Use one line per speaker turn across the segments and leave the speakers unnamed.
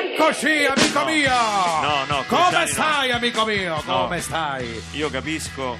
Eccoci, amico mio!
No, no, Cruciani
Come
no.
stai, amico mio?
No.
Come stai?
Io capisco,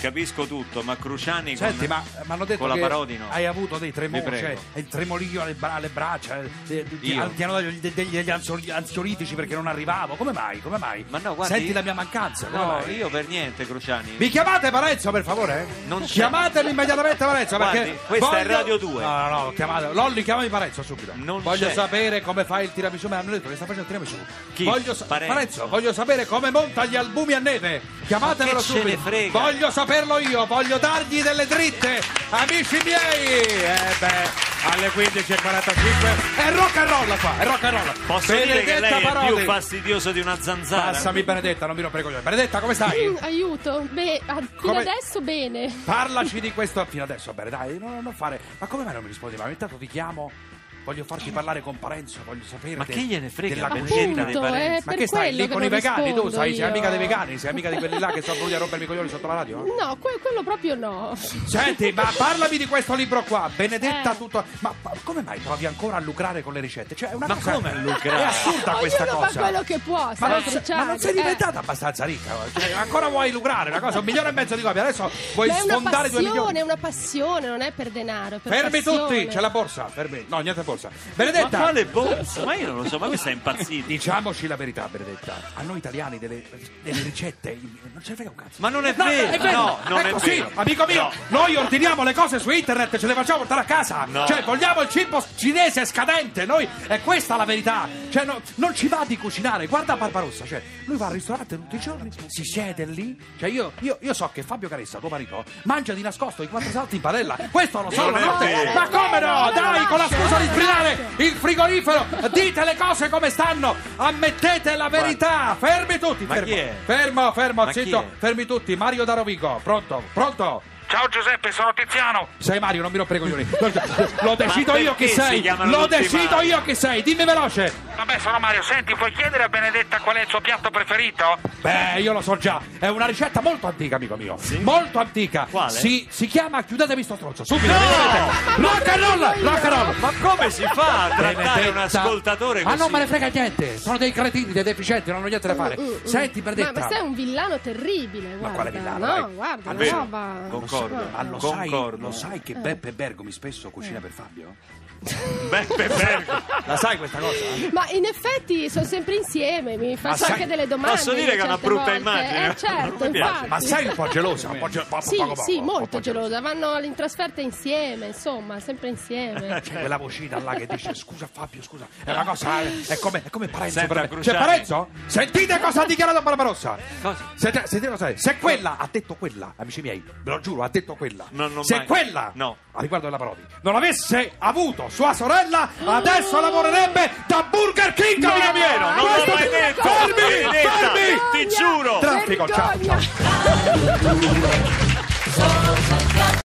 capisco tutto, ma Cruciani
Senti,
con,
ma mi hanno detto
con la
che
Parodi no.
hai avuto dei tremori,
Vi prego.
cioè il tremolio alle, bra- alle braccia, eh, eh, ti,
Io?
al- ti hanno dato degli, degli- degli ansio- ansiolitici perché non arrivavo. Come mai? Come mai?
Ma no, guardi,
Senti la mia mancanza, come
No,
mai?
io per niente, Cruciani.
Mi chiamate Parenzo per favore?
Non c'è.
Chiamatemi immediatamente Parenzo
Guardi,
perché
questa è
voglio-
Radio 2.
No, no, no, chiamate. Lolli, chiamami Parenzo subito.
Non
voglio
c'è.
sapere come fa il tiramisù, me hanno detto che sta facendo il tiramisù.
Chi?
Voglio sa-
Parenzo.
voglio sapere come monta gli albumi a neve. Chiamatemelo
Ma che ce
subito.
ne frega?
Voglio saperlo io, voglio dargli delle dritte. Amici miei! Eh beh. Alle 15.45 è rock and roll qua, è rock and roll.
Posso dire
Benedetta
che lei
Parodi.
è più fastidioso di una zanzara?
Passami Benedetta, non mi rompere i coglioni. Benedetta, come stai?
Mm, Aiuto, beh, a- fino
Come-
adesso bene.
Parlaci di questo fino adesso, bene, dai, no, no, non fare. Ma come mai non mi rispondi? Ma intanto ti chiamo, voglio farti parlare con Parenzo, voglio sapere.
Ma
de-
che gliene frega
della
a me?
cucina.
niente dei
Appunto,
parenti.
è
Ma
per
che stai
quello
lì
che
con i
non
vegani? Tu
rispondo
sai, sei
io.
amica dei vegani, sei amica di quelli là che sono venuti a rompermi i coglioni sotto la radio?
No, que- quello proprio no.
Senti, ma parlami di questo libro qua, Benedetta
Eh.
tutto. Ma, ma come mai provi ancora a lucrare con le ricette? Cioè, è una
Ma
cosa-
come a lucrare?
È assurda questa
Ognuno
cosa.
fa quello che può,
Ma
sai,
non, se- ma
Cruciani,
non sei
eh.
diventata abbastanza ricca, cioè, ancora vuoi lucrare, una cosa, un milione e mezzo di copie, adesso vuoi
Ma è una
sfondare due milioni.
passione, è una passione, non è per denaro. è Per
Fermi
passione.
tutti, c'è la borsa, fermi. No, niente borsa.
Ma
Benedetta,
quale borsa? Ma io non lo so, ma questa è impazzita.
diciamoci la verità, Benedetta. A noi italiani delle, delle ricette non ce ne frega un cazzo.
Ma non è
No,
vero, no, non
Ecco,
è
sì,
vero.
amico mio,
No.
noi ordiniamo le cose su internet, ce le facciamo portare a casa.
No.
Cioè, vogliamo il cibo cinese scadente, noi è questa la verità. Cioè, no- non ci va di cucinare. Guarda Barbarossa, cioè, lui va al ristorante tutti i giorni, si siede lì. Cioè, io, io- io so che Fabio Caressa, tuo marito, mangia di nascosto i quattro salti in padella. Questo lo so,
Non
la
è
notte.
vero.
Ma come no?
Non lo
Dai, con la
faccio,
scusa
non
di
lo
sbrinare
faccio.
il frigorifero, dite le cose come stanno, ammettete la verità, fermi tutti,
Ma
fermo,
chi è?
fermo, fermo,
Ma chi
zitto,
è?
fermi tutti, Mario da Rovigo, pronto, pronto.
Ciao Giuseppe, sono Tiziano.
Sei Mario, non mi rompere i coglioni. Lo decido
Ma
io chi
perché si
sei.
chiamano
Lo
tutti
decido
Mario?
io chi sei. Dimmi veloce.
Vabbè, sono Mario. Senti, puoi chiedere a Benedetta qual è il suo piatto preferito?
Beh, io lo so già. È una ricetta molto antica, amico mio. Molto antica.
Quale?
Si, si chiama Chiudetemi sto stronzo. Subito. No! Rock and roll, rock and roll.
Ma come si fa a trattare un
Benedetta.
ascoltatore
Ma
così?
non me ne frega niente. Sono dei cretini, dei deficienti, non hanno niente da fare.
Mm, mm, mm.
Senti, Benedetta.
Ma, ma sei un villano terribile, guarda.
quale villano,
No,
dai?
guarda, una
Vero,
roba.
concordo.
guarda.
Ma Ah, lo sai,
Concordo.
lo sai che Beppe Bergomi spesso cucina per Fabio?
Beppe Bergomi.
La sai questa cosa?
Ma in effetti sono sempre insieme, mi faccio
sai-
anche delle domande.
posso dire che è una
certe
brutta
volte.
immagine?
Eh, certo,
Mi piace.
infatti.
Ma sei un po' gelosa? Un po' gel- poco,
Sì,
poco, poco,
sì,
un
molto
po'
gelosa. Vanno in trasferta insieme, insomma, sempre insieme.
C'è quella vocina là che dice scusa Fabio, scusa. È una cosa, eh, è come, è come Parenzo
Senta,
per me. Cioè
Cruciani.
Parenzo? Sentite cosa ha dichiarato Barbarossa.
Cosa?
Sentite, sentite cosa è. Se quella ha detto quella, amici miei, ve lo giuro, ha detto quella.
No, non
Se
mai.
quella,
No.
a riguardo della Parodi, non avesse avuto sua sorella, adesso lavorerebbe da Burger King, amico mio.
Vero, non l'ho
Questo-
mai detto.
Fermi,
Benedetta,
fermi.
Ti giuro.
Traffico, ciao, ciao.